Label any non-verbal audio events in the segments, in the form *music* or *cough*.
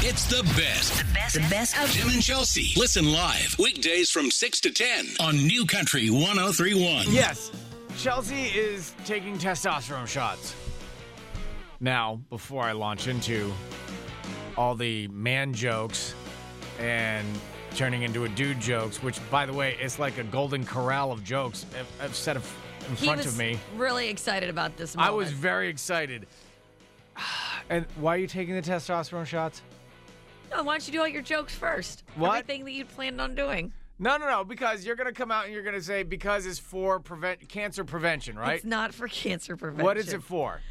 It's the best. The best, the best of Jim and Chelsea. Listen live weekdays from 6 to 10 on New Country 1031. Yes, Chelsea is taking testosterone shots. Now, before I launch into all the man jokes and turning into a dude jokes, which, by the way, is like a golden corral of jokes I've, I've set of- in He front was of me. really excited about this. I Moment. was very excited. *sighs* And why are you taking the testosterone shots? No, why don't you do all your jokes first? What? Everything that you planned on doing. No, no, no, because you're going to come out and you're going to say because it's for prevent cancer prevention, right? It's not for cancer prevention. What is it for?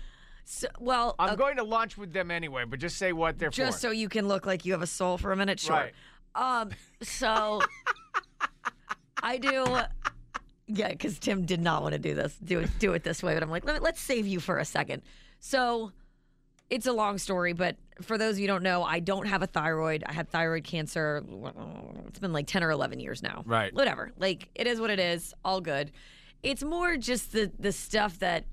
So, well, I'm uh, going to launch with them anyway, but just say what they're just for. so you can look like you have a soul for a minute. Sure. Right. Um. So I do. Yeah, because Tim did not want to do this. Do it. Do it this way. But I'm like, Let, let's save you for a second. So it's a long story, but for those of you who don't know, I don't have a thyroid. I had thyroid cancer. It's been like 10 or 11 years now. Right. Whatever. Like it is what it is. All good. It's more just the the stuff that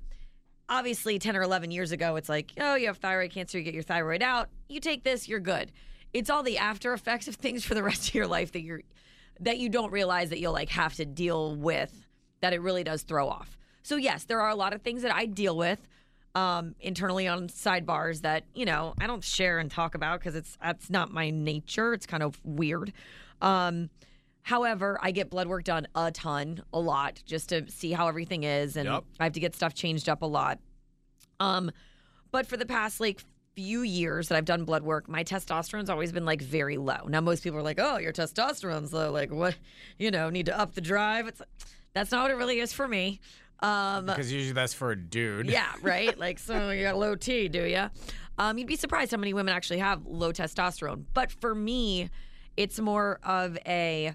obviously 10 or 11 years ago it's like, "Oh, you have thyroid cancer, you get your thyroid out. You take this, you're good." It's all the after effects of things *laughs* for the rest of your life that you're that you don't realize that you'll like have to deal with that it really does throw off. So yes, there are a lot of things that I deal with um, internally on sidebars that you know I don't share and talk about because it's that's not my nature. It's kind of weird. Um, however, I get blood work done a ton, a lot, just to see how everything is, and Yep. I have to get stuff changed up a lot. Um, but for the past like few years that I've done blood work, my testosterone's always been like very low. Now most people are like, "Oh, your testosterone's low. Like what? You know, need to up the drive." It's that's not what it really is for me. Um, Because usually that's for a dude. yeah, right. Like, so you got low T, do you? Um, you'd be surprised how many women actually have low testosterone. But for me, it's more of a,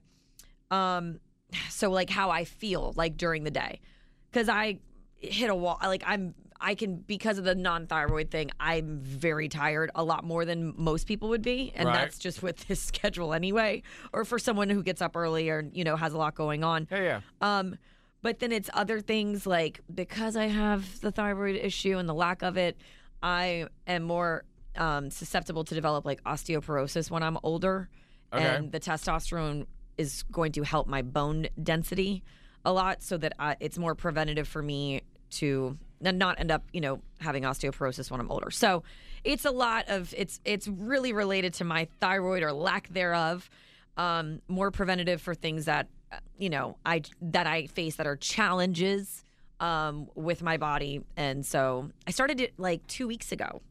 um, *sighs* so like how I feel like during the day, because I hit a wall. Like I'm, I can because of the non-thyroid thing, I'm very tired a lot more than most people would be, and Right. that's just with this *laughs* schedule anyway, or for someone who gets up early or you know has a lot going on. Yeah, yeah. Um, but then it's other things like because I have the thyroid issue and the lack of it, I am more um, susceptible to develop like osteoporosis when I'm older, Okay. and the testosterone is going to help my bone density a lot, so that I, it's more preventative for me to n- not end up, you know, having osteoporosis when I'm older. So it's a lot of it's it's really related to my thyroid or lack thereof um, more preventative for things that uh, you know I that I face that are challenges um, with my body, and so I started it like two weeks ago.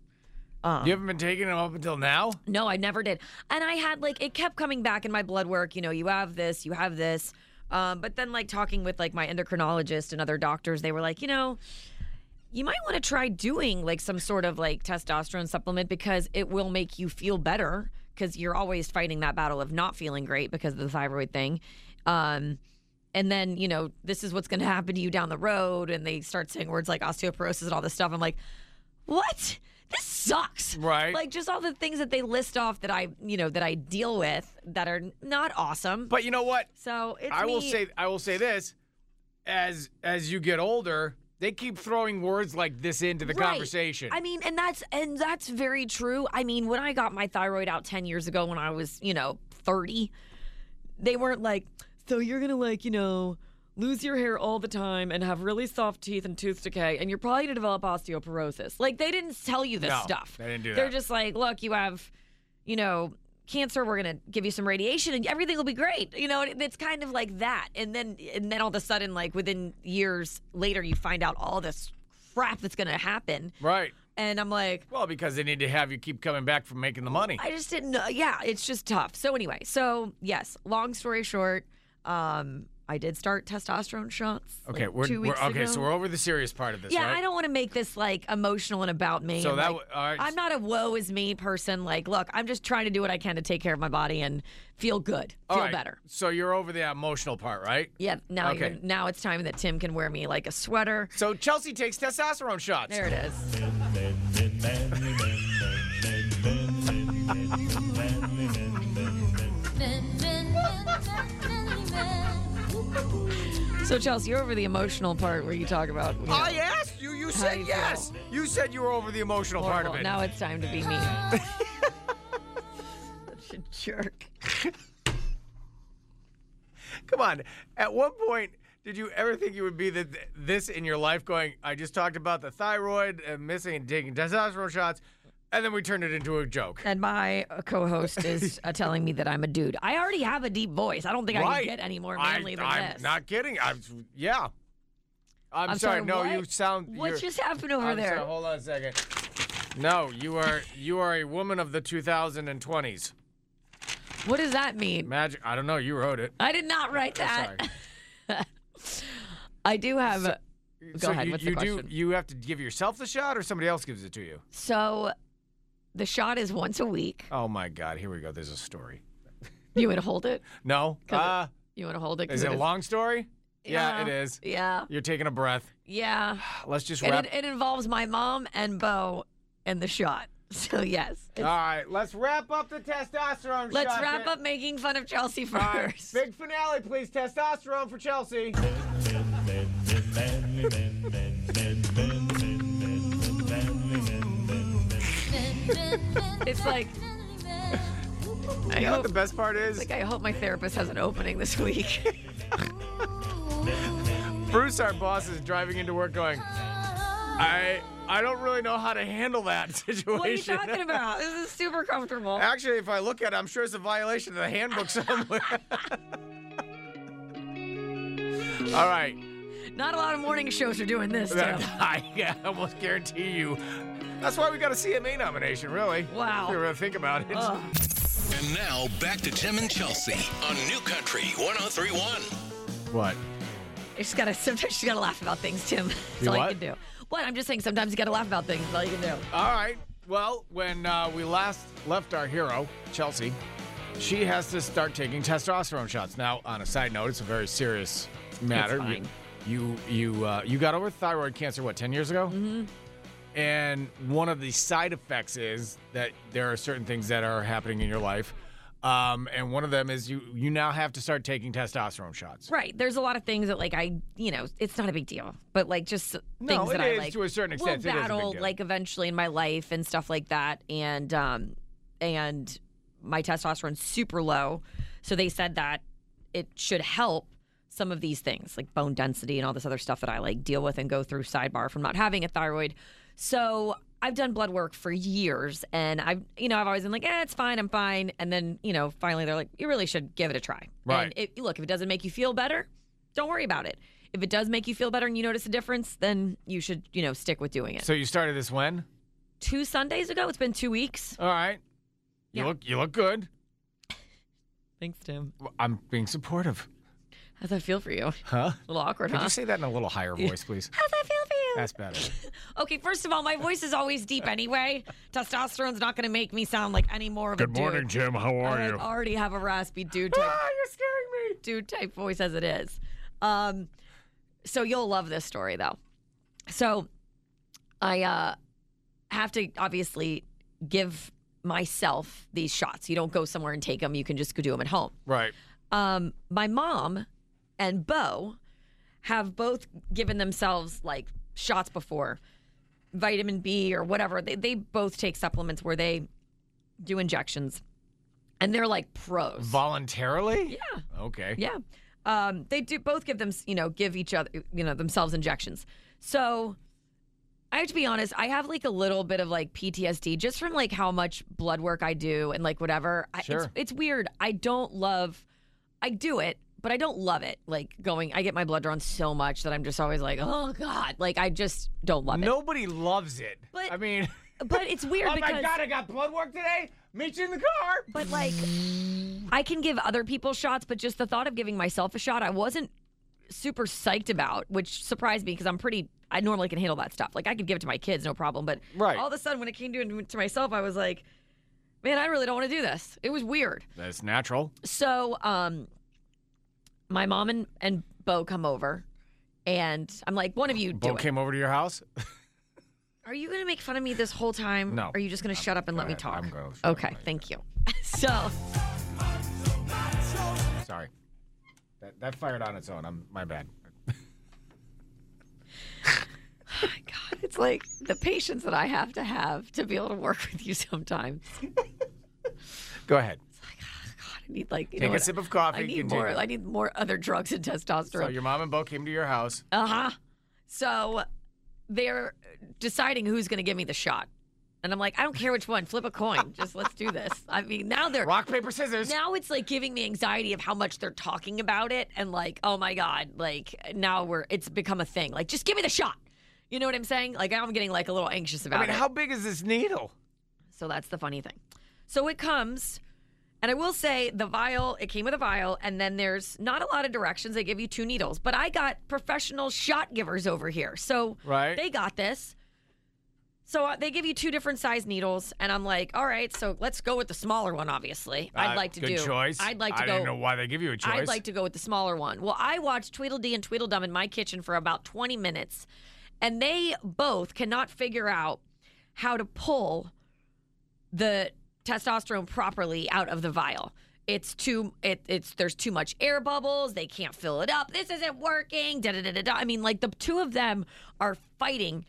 You haven't been taking them up until now? No, I never did, and I had like it kept coming back in my blood work. You know, you have this, you have this, um, but then like talking with like my endocrinologist and other doctors, they were like, you know. You might want to try doing like some sort of like testosterone supplement because it will make you feel better because you're always fighting that battle of not feeling great because of the thyroid thing. Um, and then you know this is what's going to happen to you down the road and they start saying words like osteoporosis and all this stuff i'm like what this sucks Right. like just all the things that they list off that i you know that i deal with that are not awesome But you know what? so it's I will me- say I will say this as as you get older, they keep throwing words like this into the Right. conversation. I mean, and that's and that's very true. I mean, when I got my thyroid out ten years ago, when I was you know thirty, they weren't like, so you're gonna like you know lose your hair all the time and have really soft teeth and tooth decay, and you're probably gonna develop osteoporosis. Like they didn't tell you this No, stuff. they didn't do They're that. just like, look, you have, you know. Cancer, we're gonna give you some radiation, and everything will be great. You know, and it's kind of like that, and then and then all of a sudden, like within years later, you find out all this crap that's gonna happen, right. and I'm like, Well, because they need to have you keep coming back from making the money. I just didn't know. Yeah, it's just tough. So anyway, so yes, long story short, um, I did start testosterone shots. okay, like, we're, two we're weeks okay, ago. so we're over the serious part of this, yeah, right? I don't want to make this like emotional and about me. So and, that like, w- all right. I'm not a woe is me person. Like, look, I'm just trying to do what I can to take care of my body and feel good, All feel right, better. So you're over the emotional part, right? Yeah, now Okay. you're- now it's time that Tim can wear me like a sweater. So Chelsea takes testosterone shots. There it is. So Chelsea, you're over the emotional part where you talk about. you know, I asked you. You said you feel? yes. You said you were over the emotional part of horrible. it. Now it's time to be me. a *laughs* jerk. Come on. At what point did you ever think you would be the, this in your life going, I just talked about the thyroid and missing and taking testosterone shots, and then we turned it into a joke? And my uh, co-host *laughs* is uh, telling me that I'm a dude. I already have a deep voice. I don't think I right. can get any more manly I, than I'm this. not kidding. I'm, yeah. I'm, I'm sorry. sorry, No, what? you sound. what you're- just happened over I'm there? Sorry, hold on a second. No, you are you are a woman of the 2020s. What does that mean? Magic. I don't know. You wrote it. I did not write that. I do have. go so ahead. You, What's you the do. question? You have to give yourself the shot, or somebody else gives it to you. so, the shot is once a week. Oh my God. Here we go. There's a story. You would hold it. No. 'Cause Uh, You want to hold it? 'Cause is it a long story? Yeah, it is. Yeah, You're taking a breath. yeah. Let's just And wrap. it, it involves my mom and Bo and the shot. *laughs* So yes, All right. Let's wrap up the testosterone. let's Uh, shot wrap bit. up making fun of Chelsea All right, first. Big finale, please. Testosterone for Chelsea. It's like I You know what the hope, best part is? like I hope my therapist has an opening this week. *laughs* Bruce, our boss, is driving into work going, I I don't really know how to handle that *laughs* situation. what are you talking about? This is super comfortable. Actually, if I look at it, I'm sure it's a violation of the handbook somewhere. *laughs* All right. Not a lot of morning shows are doing this. That- Tim. *laughs* I uh, almost guarantee you. That's why we got a CMA nomination, really. Wow. If you really think about it. Ugh. And now back to Tim and Chelsea on New Country 1031. What? I just gotta sometimes you gotta laugh about things, Tim. *laughs* That's You all what? you can do. What? I'm just saying sometimes you gotta laugh about things. That's all you can do. All right. Well, when uh, we last left our hero, Chelsea, she has to start taking testosterone shots. Now, on a side note, it's a very serious matter. It's fine. You you uh, you got over thyroid cancer what ten years ago? Mm-hmm. And one of the side effects is that there are certain things that are happening in your life, um, and one of them is you you now have to start taking testosterone shots. Right. There's a lot of things that like I, you know, it's not a big deal, but like just s- No, things it that I is like to a certain extent. It will is a big battle deal. like eventually in my life and stuff like that, and um, and my testosterone's super low, so they said that it should help some of these things like bone density and all this other stuff that I like deal with and go through sidebar from not having a thyroid. So I've done blood work for years, and I've you know I've always been like, eh, it's fine, I'm fine, and then you know finally they're like, you really should give it a try. Right. And it, look, if it doesn't make you feel better, don't worry about it. If it does make you feel better and you notice a difference, then you should, you know, stick with doing it. So you started this when? two Sundays ago, it's been two weeks. All right. You Yeah. look you look good. Thanks, Tim. I'm being supportive. How's that feel for you? A Huh? little awkward, Could huh? you Uh, say that in a little higher voice, please? How's that feel for you? That's better. Okay, first of all, my voice is always *laughs* deep anyway. Testosterone's not going to make me sound like any more of a dude. Jim. How I like, already have a raspy dude type, Ah, you're scaring me. dude type voice as it is. Um, so you'll love this story though. So I uh, have to obviously give myself these shots. You don't go somewhere and take them. You can just go do them at home. Right. um, my mom and Bo have both given themselves like shots before, vitamin B or whatever. They they both take supplements where they do injections, and they're like pros. Voluntarily? yeah, Okay. yeah. Um, they do both give them you know give each other you know themselves injections. So. I have to be honest, I have like a little bit of like PTSD just from like how much blood work I do and like whatever. I, Sure. it's, it's weird. I don't love, I do it, but I don't love it. Like going, I get my blood drawn so much that I'm just always like, oh God. Like I just don't love Nobody loves it. But- I *laughs* mean, it. But it's weird oh because. my God, I got blood work today. Meet you in the car. But like, I can give other people shots, but just the thought of giving myself a shot, I wasn't super psyched about, which surprised me because I'm pretty. I normally can handle that stuff. Like I could give it to my kids, no problem. But Right. all of a sudden, when it came to to myself, I was like, man, I really don't want to do this. It was weird. That's natural. So, um, my mom and and Bo come over, and I'm like, one of you do Bo it. came over to your house. *laughs* Are you going to make fun of me this whole time? No. Or are you just going to shut up and let me ahead. talk? I'm gonna shut up Okay, and let you thank you. *laughs* so. Sorry. That, that fired on its own. I'm my bad. my God, it's like the patience *laughs* that I have to have to be able to work with you sometimes. Go ahead. Like, I need like you Take know a what? sip of coffee, I need continue. more. I need more other drugs and testosterone. So your mom and Bo came to your house. Uh huh. So they're deciding who's going to give me the shot. And I'm like, I don't care which one. Flip a coin. Just let's do this. I mean, now they're. Rock, paper, scissors. Now it's like giving me anxiety of how much they're talking about it and like, oh my God, like now we're, it's become a thing. Like, just give me the shot. You know what I'm saying? Like, I'm getting like a little anxious about I mean, it. how big is this needle? So that's the funny thing. So it comes, and I will say the vial, it came with a vial, and then there's not a lot of directions. They give you two needles, but I got professional shot givers over here. So Right. they got this. So uh, they give you two different size needles, and I'm like, all right, so let's go with the smaller one, obviously. I'd Uh, like to good do. choice. I'd like to I go. didn't know why they give you a choice. I'd like to go with the smaller one. Well, I watched Tweedledee and Tweedledum in my kitchen for about 20 minutes, and they both cannot figure out how to pull the testosterone properly out of the vial. It's too it, it's there's too much air bubbles. They can't fill it up. This isn't working. Da da da da da. I mean, like the two of them are fighting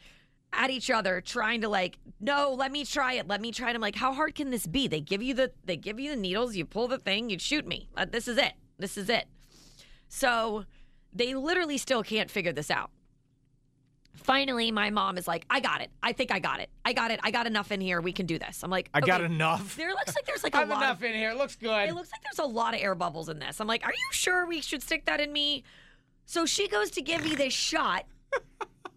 at each other, trying to like, no, let me try it. Let me try it. I'm like, how hard can this be? They give you the they give you the needles. You pull the thing. You shoot me. Uh, this is it. This is it. So they literally still can't figure this out. Finally, my mom is like, I got it. I think I got it. I got it. I got enough in here. We can do this. I'm like, I got "Okay." enough. There looks like there's like I a have lot. enough Of, in here. It looks good. it looks like there's a lot of air bubbles in this. I'm like, are you sure we should stick that in me? So she goes to give me this shot,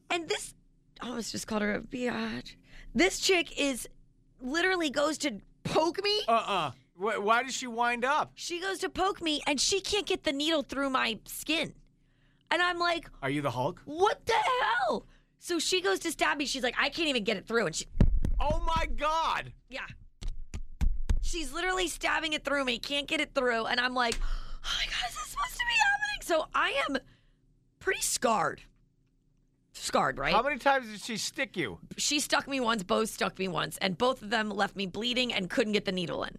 and this I almost just called her a biatch. This chick is literally goes to poke me. uh-uh. Wh- why does she wind up? She goes to poke me, and she can't get the needle through my skin. And I'm like, Are you the Hulk? what the hell? So she goes to stab me. She's like, I can't even get it through. And she, Oh my God! Yeah. She's literally stabbing it through me, can't get it through. And I'm like, oh my God, is this supposed to be happening? So I am pretty scarred. Scarred, right? How many times did she stick you? she stuck me once, Bo stuck me once, and both of them left me bleeding and couldn't get the needle in.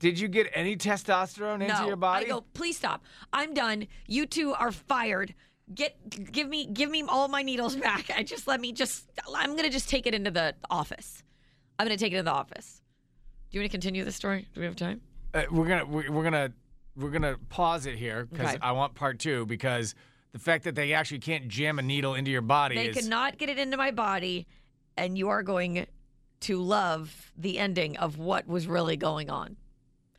Did you get any testosterone into no. your body? I go, please stop. I'm done. You two are fired. Get give me give me all my needles *laughs* back. I just let me just I'm gonna just take it into the office. I'm gonna take it into the office. Do you want to continue this story? Do we have time? Uh, we're gonna we're, we're gonna we're gonna pause it here because Okay. I want part two because the fact that they actually can't jam a needle into your body They is could not get it into my body, and you are going to love the ending of what was really going on.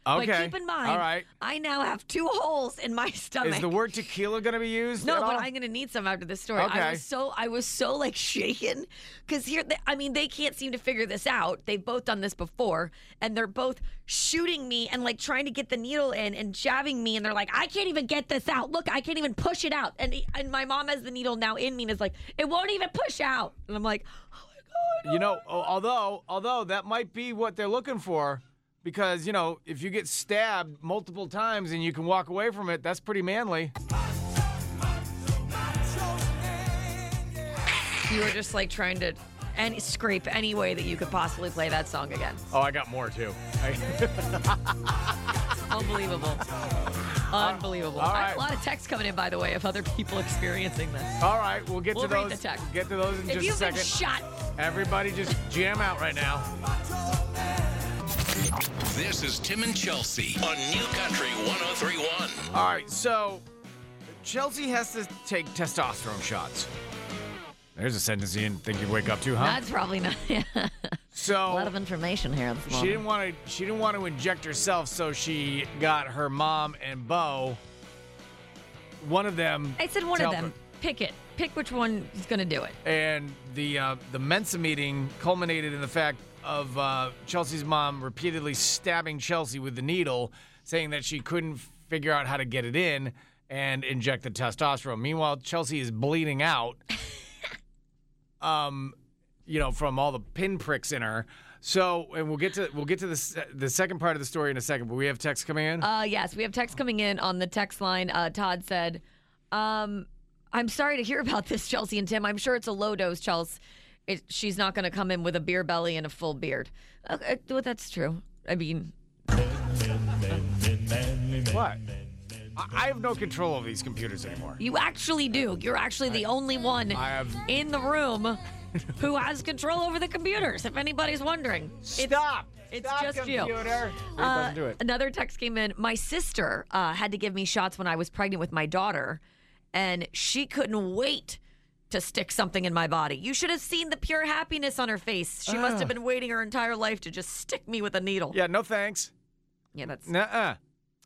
okay. But keep in mind, All right. I now have two holes in my stomach. Is the word tequila gonna be used? no, at but all? I'm gonna need some after this story. I Okay. was so I was so like shaken because here, they, I mean, they can't seem to figure this out. They've both done this before, and they're both shooting me and like trying to get the needle in and jabbing me, and they're like, I can't even get this out. Look, I can't even push it out. And and my mom has the needle now in me and is like, it won't even push out. And I'm like, oh my god. You know, al- although although that might be what they're looking for, because you know if you get stabbed multiple times and you can walk away from it, that's pretty manly. You were just like trying to any scrape any way that you could possibly play that song again. Oh, I got more too. *laughs* I- Unbelievable. Unbelievable. all I have right. a lot of texts coming in, by the way, of other people experiencing this. All right, we'll get We'll to read those. the text. we'll get to those in just if a you've been second. shot, Everybody, just jam out right now. This is Tim and Chelsea on New Country 1031. All right, so Chelsea has to take testosterone shots. There's a sentence you didn't think you'd wake up to, huh? that's probably not. *laughs* a lot so of information here this she morning. didn't want to. She didn't want to inject herself, so she got her mom and Bo. One of them. I said one to of help them. Pick it. Pick which one is going to do it. her. And the uh, the Mensa meeting culminated in the fact of uh, Chelsea's mom repeatedly stabbing Chelsea with the needle, saying that she couldn't figure out how to get it in and inject the testosterone. Meanwhile, Chelsea is bleeding out. *laughs* um, you know, from all the pinpricks in her. So, and we'll get to we'll get to the se- the second part of the story in a second. But we have text coming in. Uh, yes, we have texts coming in on the text line. Uh, Todd said, um, I'm sorry to hear *laughs* about this, Chelsea and Tim. I'm sure it's a low dose, Chelsea. It, she's not going to come in with a beer belly and a full beard. Okay, well, that's true. I mean, what? I, I have no control over these computers anymore. you actually do. You're actually the only one I have in the room who has control over the computers, if anybody's wondering. Stop. it's Stop, just you. computer. It Uh, doesn't do it. Another text came in. My sister uh, had to give me shots when I was pregnant with my daughter, and she couldn't wait to stick something in my body. You should have seen the pure happiness on her face. She must have been waiting her entire life to just stick me with a needle. Ah. Yeah, no thanks. Yeah, that's. Nuh-uh.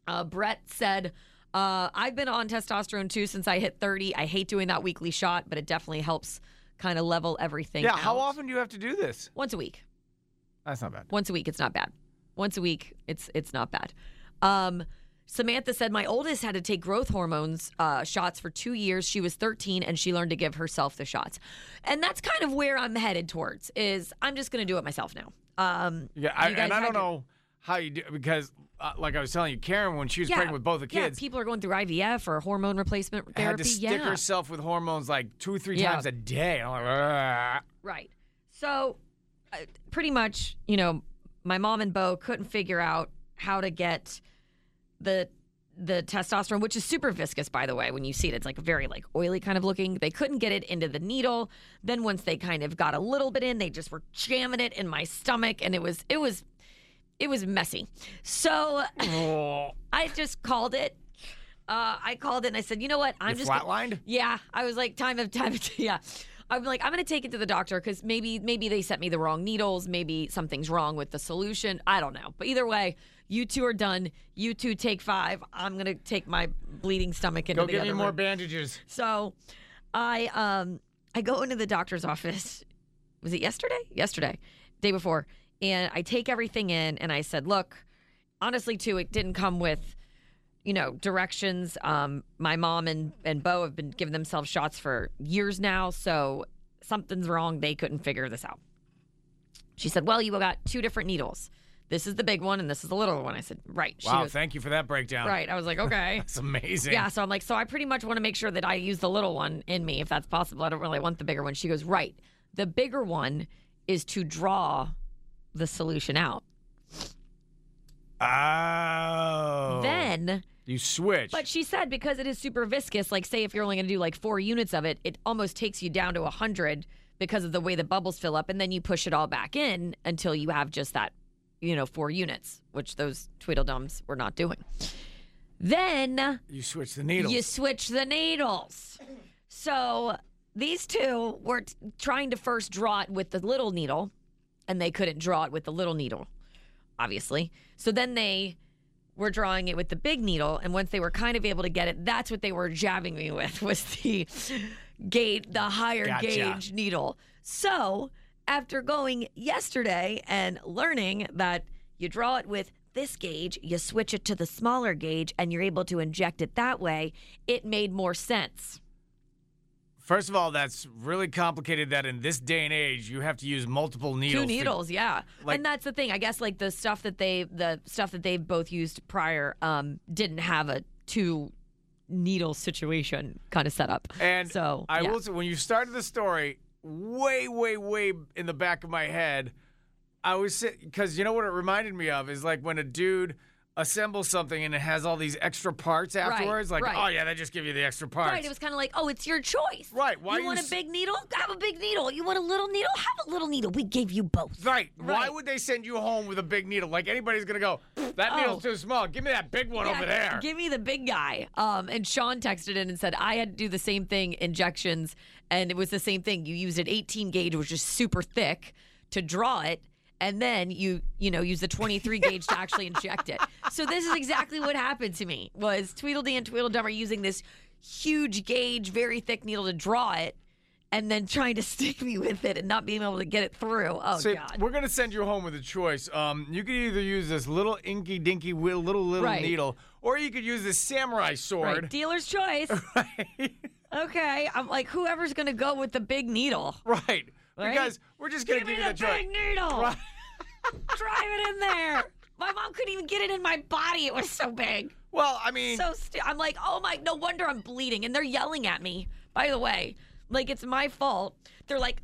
Uh, Brett said, uh, I've been on testosterone too since I hit 30. I hate doing that weekly shot, but it definitely helps kind of level everything Yeah, how out." often do you have to do this? Once a week. That's not bad. Once a week, it's not bad. Once a week, it's it's not bad. Um, Samantha said my oldest had to take growth hormones uh, shots for two years. She was 13 and she learned to give herself the shots, and that's kind of where I'm headed towards. Is I'm just going to do it myself now. Um, Yeah, I, you guys and I had don't to- know how you do because, uh, like I was telling you, Karen, when she was pregnant with both the yeah, kids, people are going through IVF or hormone replacement therapy. had to stick yeah. herself with hormones like two, three Yeah. times a day. I'm like, "Ugh." Right. So, uh, pretty much, you know, my mom and Bo couldn't figure out how to get the the testosterone, which is super viscous, by the way. When you see it, it's like very like oily kind of looking. They couldn't get it into the needle. Then once they kind of got a little bit in, they just were jamming it in my stomach, and it was it was it was messy. So *laughs* Oh. I just called it. Uh, I called it and I said, you know what? I'm You just gonna- flatlined? yeah, I was like, time of *laughs* time. Yeah, I'm like, I'm gonna take it to the doctor because maybe maybe they sent me the wrong needles. Maybe something's wrong with the solution. I don't know. But either way, you two are done. You two take five. I'm gonna take my bleeding stomach into Go the get other me more room. bandages. So, I um I go into the doctor's office. Was it yesterday? Yesterday, day before, and I take everything in and I said, look, honestly, too, it didn't come with you know directions um my mom and and bo have been giving themselves shots for years now so something's wrong they couldn't figure this out she said well you got two different needles this is the big one and this is the little one i said right she Wow, was thank you for that breakdown. right i was like okay It's amazing. yeah, so I'm like, so I pretty much want to make sure that I use the little one in me if that's possible. I don't really want the bigger one. She goes, right. The bigger one is to draw the solution out. Oh. Then, you switch. but she said because it is super viscous, like say if you're only going to do like four units of it, it almost takes you down to 100 because of the way the bubbles fill up. And then you push it all back in until you have just that, you know, four units, which those Tweedledums were not doing. Then. you switch the needles. You switch the needles. So these two were t- trying to first draw it with the little needle, and they couldn't draw it with the little needle, obviously. So then they were drawing it with the big needle, and once they were kind of able to get it, that's what they were jabbing me with *laughs* was the gauge, the higher Gotcha. gauge needle. So after going yesterday and learning that you draw it with this gauge, you switch it to the smaller gauge, and you're able to inject it that way, it made more sense. First of all, that's really complicated that in this day and age, you have to use multiple needles. Two to- needles, yeah. like- and that's the thing. I guess like the stuff that they the stuff that they've both used prior um didn't have a two needle situation kind of set up. And so I yeah. will say, when you started the story, way, way, way in the back of my head, I was because you know what it reminded me of is like when a dude assembles something and it has all these extra parts afterwards. like, right. oh yeah, they just give you the extra parts. Right, it was kind of like, oh, it's your choice. Right, why you you want s- a big needle? Have a big needle. You want a little needle? Have a little needle. We gave you both. Right. Why Right. would they send you home with a big needle? Like anybody's gonna go, that needle's too small. Give me that big one Oh. Yeah, over there. Give me the big guy. Um, and Sean texted in and said, I had to do the same thing, injections, and it was the same thing. You used an 18 gauge, which is super thick, to draw it. And then you, you know, use the 23 gauge to actually inject *laughs* it. So this is exactly what happened to me was Tweedledee and Tweedledum are using this huge gauge, very thick needle to draw it, and then trying to *laughs* stick me with it and not being able to get it through. Oh So God. we're gonna send you home with a choice. Um, you could either use this little inky dinky wi- little little Right. needle, or you could use this samurai sword. Right. Dealer's choice. okay. I'm like, whoever's going to go with the big needle? Right. Right? Because we're just going to Give give me you the the choice. big needle. Right. *laughs* Drive it in there. My mom couldn't even get it in my body. It was so big. Well, I mean, So stu- I'm like, oh my, no wonder I'm bleeding. And they're yelling at me, by the way. Like, it's my fault. They're like,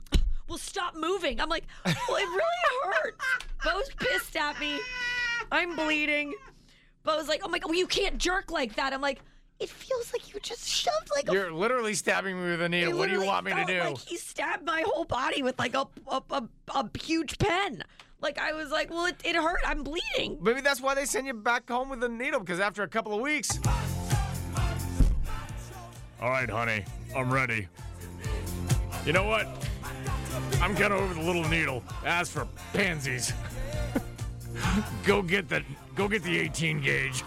well, stop moving. I'm like, well, it really hurts. Bo's pissed at me. I'm bleeding. Bo's like, oh my God, well, you can't jerk like that. I'm like, It feels like you just shoved like a. You're literally stabbing me with a It needle. What do you literally want me to felt do? Like he stabbed my whole body with like a a, a, a huge pen. Like I was like, well, it, it hurt. I'm bleeding. Maybe that's why they send you back home with a needle because after a couple of weeks. All right, honey, I'm ready. You know what? I'm kind of over the little needle. As for pansies, *laughs* go get the go get the 18 gauge.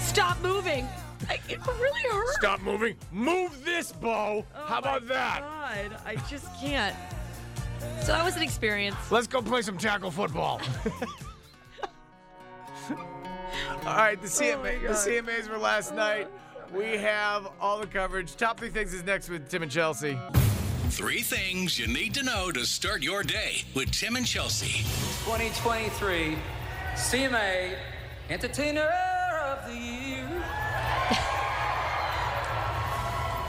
Stop moving. Like, it really hurt. Stop moving. Move this, Bo. Oh How about that? God, I just can't. So that was an experience. Let's go play some tackle football. all right, the, CMA, the CMAs were last night. We have all the coverage. Top three things is next with Tim and Chelsea. Three things you need to know to start your day with Tim and Chelsea. 2023 CMA Entertainer of the Year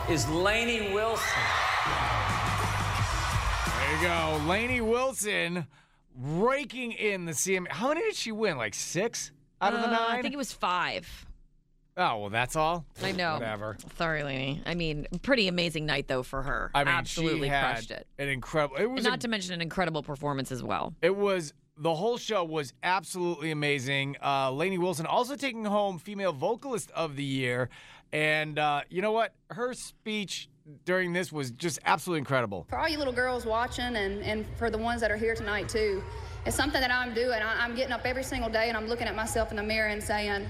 is Lainey Wilson. There you go. Lainey Wilson raking in the CMA. How many did she win? Like six out of the Uh, nine? I think it was five. oh, well, that's all. I know. Whatever. Sorry, Lainey. I mean, pretty amazing night though for her. I mean, absolutely she had crushed it. An incredible. It was a Not to mention an incredible performance as well. It was the whole show was absolutely amazing. Uh, Lainey Wilson also taking home Female Vocalist of the Year, and uh, you know what? Her speech during this was just absolutely incredible. for all you little girls watching and, and for the ones that are here tonight too it's something that i'm doing I, i'm getting up every single day and i'm looking at myself in the mirror and saying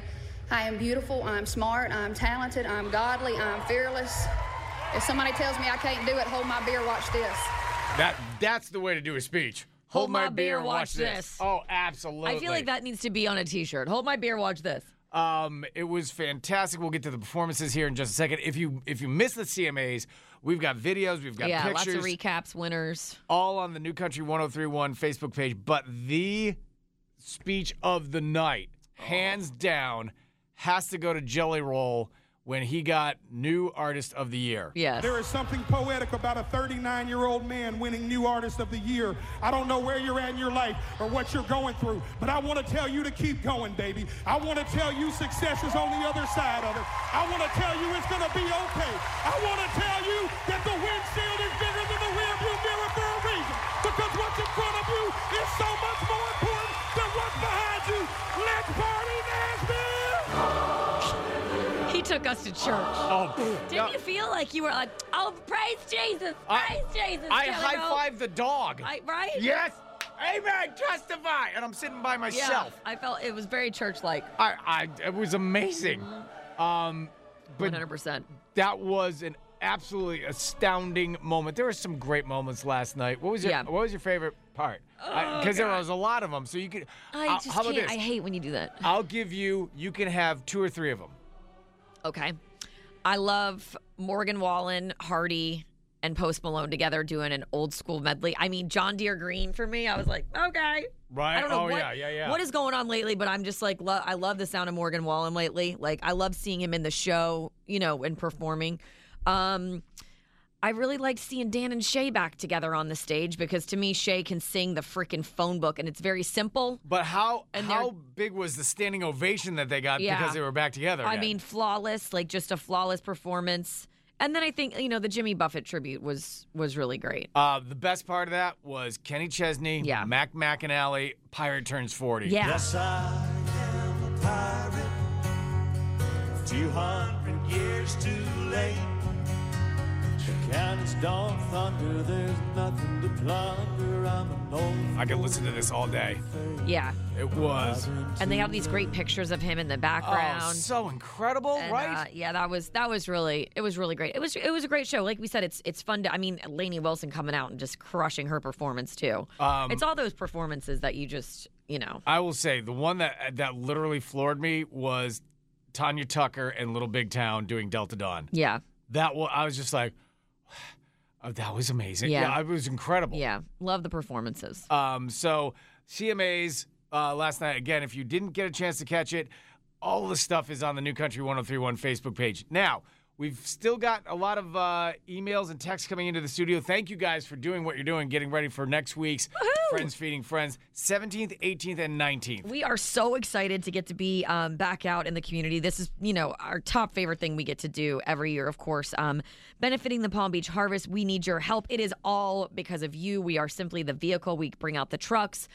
i am beautiful i'm smart i'm talented i'm godly i'm fearless if somebody tells me i can't do it hold my beer watch this That that's the way to do a speech. Hold my beer, watch this. Oh, absolutely. I feel like that needs to be on a T-shirt. Hold my beer. Watch this. Um, it was fantastic. We'll get to the performances here in just a second. If you if you miss the CMAs, we've got videos, we've got yeah, pictures. lots of recaps, winners. all on the New Country 1031 Facebook page, but the speech of the night, Oh. hands down, has to go to Jelly Roll when he got New Artist of the Year. Yes. There is something poetic about a 39 year old man winning New Artist of the Year. I don't know where you're at in your life or what you're going through, but I want to tell you to keep going, baby. I want to tell you success is on the other side of it. I want to tell you it's going to be okay. I want to tell you that the windshield is bigger than the rearview mirror for a reason because what's in front of you is so much more important than what's behind you. Let's party, Nashville! He took us to church. Oh, Didn't you feel like you were like, oh, praise Jesus, praise Jesus? I Taylor high Hope." fived the dog. I- right? Yes. Amen. Testify. And I'm sitting by Yeah, myself. I felt it was very church-like, I, I, it was amazing. Um, but 100%. that was an absolutely astounding moment. There were some great moments last night. What was your Yeah. Oh, What was your favorite part? Because there was a lot of them. So you could. I I'll- just how can't. about this? I hate when you do that. I'll give you. You can have two or three of them. Okay. I love Morgan Wallen, Hardy, and Post Malone together doing an old school medley. I mean, John Deere Green for me, I was like, okay. Right? I don't know oh what, yeah, yeah, yeah. what is going on lately, but I'm just like, lo- I love the sound of Morgan Wallen lately. Like, I love seeing him in the show, you know, and performing. Um, I really liked seeing Dan and Shay back together on the stage because to me, Shay can sing the freaking phone book, and it's very simple. But how And they're- how big was the standing ovation that they got Yeah. because they were back together? I again? mean, flawless, like just a flawless performance. And then I think you know the Jimmy Buffett tribute was was really great. Uh, the best part of that was Kenny Chesney, Yeah. Mac McAnally, Pirate Turns 40. Yeah, I am a pirate, 200 years too late. Cannons don't thunder, there's nothing to plunder. I'm an old I could listen to this all day. yeah. It was And they have these great pictures of him in the background. oh, so incredible, And, right? uh, yeah, that was that was really it was really great. It was it was a great show. Like we said, it's it's fun to. I mean, Lainey Wilson coming out and just crushing her performance too. Um, it's all those performances that you just you know. I will say the one that uh, that literally floored me was Tanya Tucker and Little Big Town doing Delta Dawn. Yeah, That was, I was just like, *sighs* oh, that was amazing. Yeah. it was incredible. yeah. Love the performances. Um, so CMAs uh, last night again. If you oh didn't get a chance to catch it, all the stuff is on the New Country 1031 Facebook page. Now, We've still got a lot of uh, emails and texts coming into the studio. Thank you guys for doing what you're doing, getting ready for next week's Friends Feeding Friends, 17th, 18th, and 19th. We are so excited to get to be um, back out in the community. This is, you know, our top favorite thing we get to do every year, of course. Um, benefiting the Palm Beach Harvest, we need your help. It is all because of you. We are simply the vehicle. We bring out the trucks,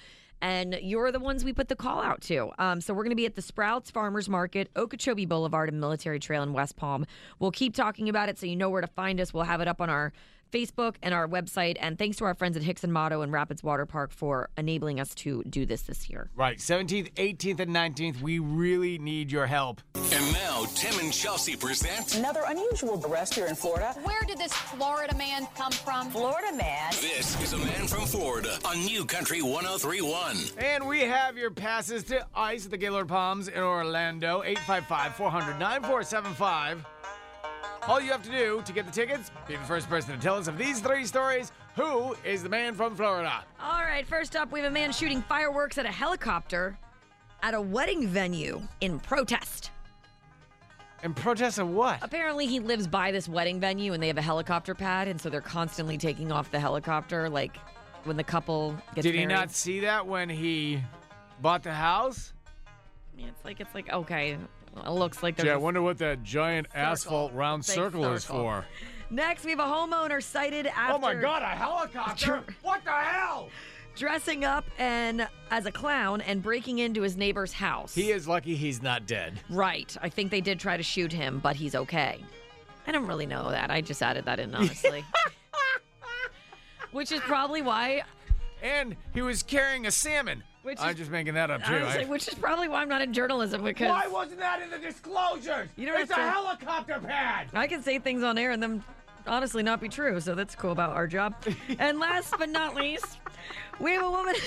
and you're the ones we put the call out to. Um, so we're going to be at the Sprouts Farmers Market, Okeechobee Boulevard, and Military Trail in West Palm. We'll keep talking about it so you know where to find us. We'll have it up on our Facebook and our website. And thanks to our friends at Hicks and Motto and Rapids Water Park for enabling us to do this this year. Right, 17th, 18th, and 19th. We really need your help. And now, Tim and Chelsea present Another unusual arrest here in Florida. Where did this Florida man come from? Florida man. This is a Man from Florida on New Country 1031. And we have your passes to ICE at the Gaylord Palms in Orlando, 855 400 9475. All you have to do to get the tickets, be the first person to tell us of these three stories who is the man from Florida? All right, first up, we have a man shooting fireworks at a helicopter at a wedding venue in protest. And protest of what? Apparently, he lives by this wedding venue and they have a helicopter pad, and so they're constantly taking off the helicopter, like when the couple gets Did he married. not see that when he bought the house? I mean, it's like, it's like, okay, it looks like there's. Yeah, I a- wonder what that giant asphalt round Big circle, is circle. for. Next, we have a homeowner cited after. Oh my god, a helicopter! what the hell? Dressing up and as a clown and breaking into his neighbor's house. He is lucky he's not dead. Right. I think they did try to shoot him, but he's okay. I don't really know that. I just added that in, honestly. Which is probably why. And he was carrying a salmon. Which I'm is- just making that up too. Honestly, I- which is probably why I'm not in journalism because why wasn't that in the disclosures? You don't it's a have to- helicopter pad. I can say things on air and them honestly not be true. So that's cool about our job. and last but not least, we have a woman. *laughs*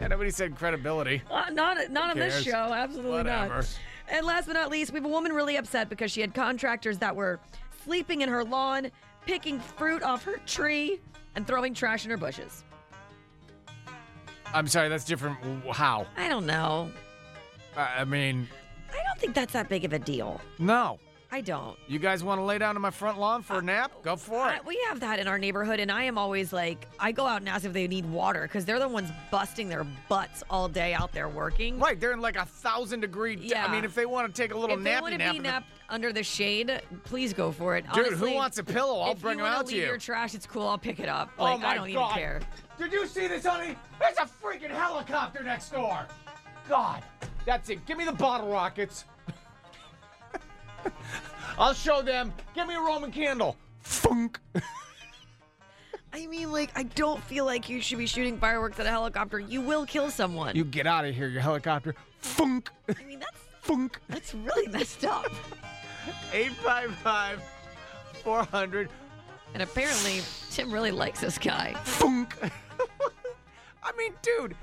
Yeah, nobody said credibility. Uh, not not on this cares? show, absolutely Whatever. not. And last but not least, we have a woman really upset because she had contractors that were sleeping in her lawn, picking fruit off her tree, and throwing trash in her bushes. I'm sorry, that's different. W- How? I don't know. I I mean, I don't think that's that big of a deal. no. I don't. You guys want to lay down on my front lawn for a nap? Go for Uh, I, it. we have that in our neighborhood, and I am always like, I go out and ask if they need water because they're the ones busting their butts all day out there working. Right, they're in like a thousand degree. t- I Yeah. mean, if they want to take a little If they want nappy to nap, be in the- napped under the shade, please go for it. dude, Honestly, who wants a pillow? I'll if bring you Oh them wanna out to leave you. Your trash, it's cool. I'll pick it up. Like I don't even care. Oh Did you see this, honey? There's a freaking helicopter next door. God, that's it. Give me the bottle rockets. *laughs* I'll show them. Give me a Roman candle. Funk. I mean, like I don't feel like you should be shooting fireworks at a helicopter. You will kill someone. You get out of here, your helicopter. Funk. I mean, that's Funk. that's really *laughs* messed up. 855 400 and apparently, Tim really likes this guy. Funk. *laughs* I mean, dude,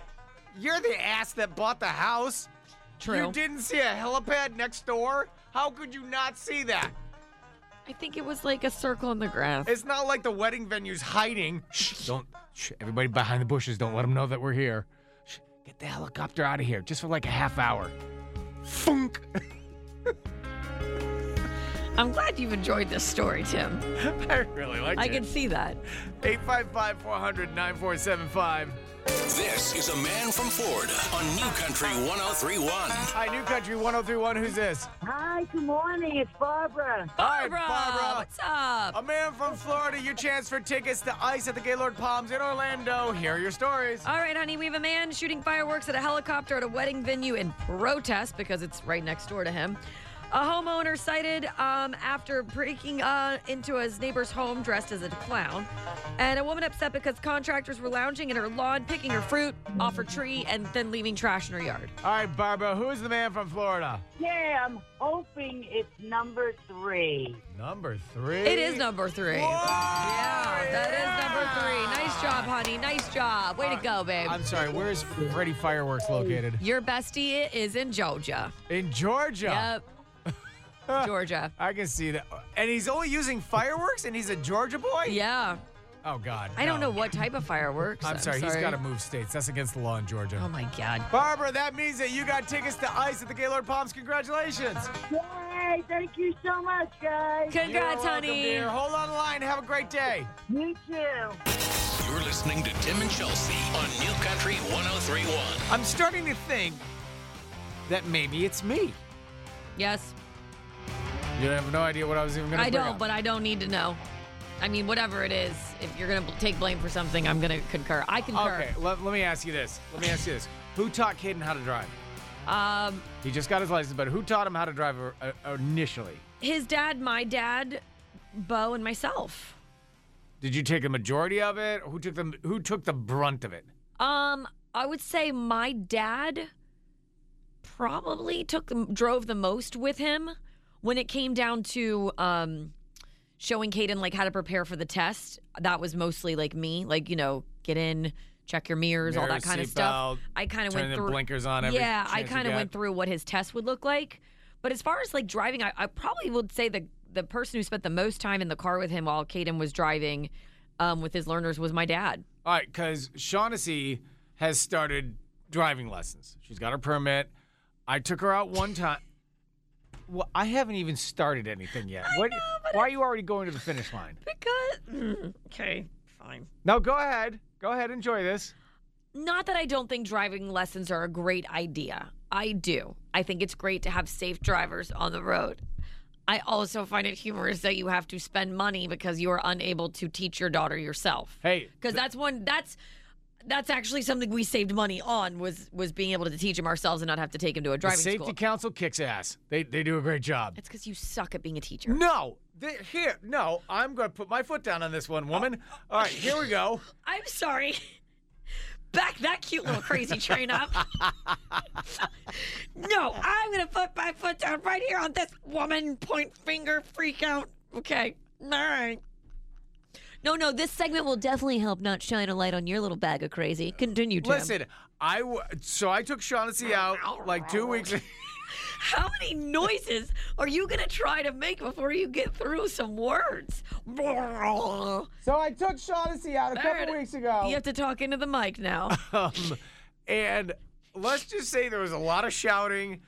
you're the ass that bought the house. True. You didn't see a helipad next door? How could you not see that? I think it was like a circle in the grass. It's not like the wedding venue's hiding. Shh, don't. Shh, everybody behind the bushes, don't let them know that we're here. Shh, get the helicopter out of here just for like a half hour. Funk. *laughs* I'm glad you've enjoyed this story, Tim. I really like I can see that. 855 400 9475. This is a Man from Florida on New Country 1031. Hi, New Country 1031. Who's this? Hi, good morning. It's Barbara. Hi, Barbara, Barbara. what's up? A man from Florida, your chance for tickets to ice at the Gaylord Palms in Orlando. Here are your stories. All right, honey, we have a man shooting fireworks at a helicopter at a wedding venue in protest because it's right next door to him. A homeowner cited um, after breaking uh, into his neighbor's home dressed as a clown. And a woman upset because contractors were lounging in her lawn, picking her fruit off her tree, and then leaving trash in her yard. All right, Barbara, who is the man from Florida? Yeah, I'm hoping it's number three. Number three. It is number three. Yeah, that is number three. Nice job, honey. Nice job. Way to go, babe. I'm sorry, where is Freddy Fireworks located? Your bestie is in Georgia. In Georgia. Yep. Georgia. *laughs* I can see that. And he's only using fireworks and he's a Georgia boy? Yeah. Oh God. I don't no. know what type of fireworks. I'm sorry, he's got to move states. That's against the law in Georgia. Oh my God. Barbara, that means that you got tickets to ice at the Gaylord Palms. Congratulations. Yay! Thank you so much, guys. You're Congrats, welcome, honey. dear. Hold on the line. Have a great day. You too. You're listening to Tim and Chelsea on New Country 1031. I'm starting to think that maybe it's me. Yes, You have no idea what I was even going to I don't, but I don't need to know. I mean, whatever it is, if you're gonna bl- take blame for something, I'm gonna concur. I concur. Okay, let, let me ask you this. Let me ask you this. Who taught Caden how to drive? Um, He just got his license, but who taught him how to drive uh, uh, initially? his dad, my dad, Bo, and myself. Did you take the majority of it? Who took the Who took the brunt of it? Um, I would say my dad probably took the, drove the most with him when it came down to um showing Caden like how to prepare for the test. That was mostly like me, like you know, get in, check your mirrors, all that Mirrors, kind of seat stuff. belt, I kind of turn went the through blinkers on every Yeah, I chance you kind of get. went through what his test would look like. But as far as like driving, I, I probably would say the the person who spent the most time in the car with him while Caden was driving um, with his learners was my dad. All right, because Shaughnessy has started driving lessons. She's got her permit. I took her out one time. Well, I haven't even started anything yet. what, why are you already going to the finish line? Because mm, okay, fine. No, go ahead. Go ahead. Enjoy this. not that I don't think driving lessons are a great idea. I do. I think it's great to have safe drivers on the road. I also find it humorous that you have to spend money because you are unable to teach your daughter yourself. Hey, Because that's one that's that's actually something we saved money on was was being able to teach him ourselves and not have to take him to a the driving safety school. council kicks ass. They they do a great job. it's because you suck at being a teacher. No, they, here, no. I'm going to put my foot down on this one, woman. Oh, All right, here we go. I'm sorry. Back that cute little crazy train up. no, I'm gonna put my foot down right here on this woman point finger freak out. Okay. All right. No, no, this segment will definitely help not shine a light on your little bag of crazy. Continue, Tim. Listen, I w- so I took Shaughnessy out like two weeks. How many noises are you gonna try to make before you get through some words? *laughs* So I took Shaughnessy out a There it- You have to talk into the mic now. Um, and let's just say there was a lot of shouting.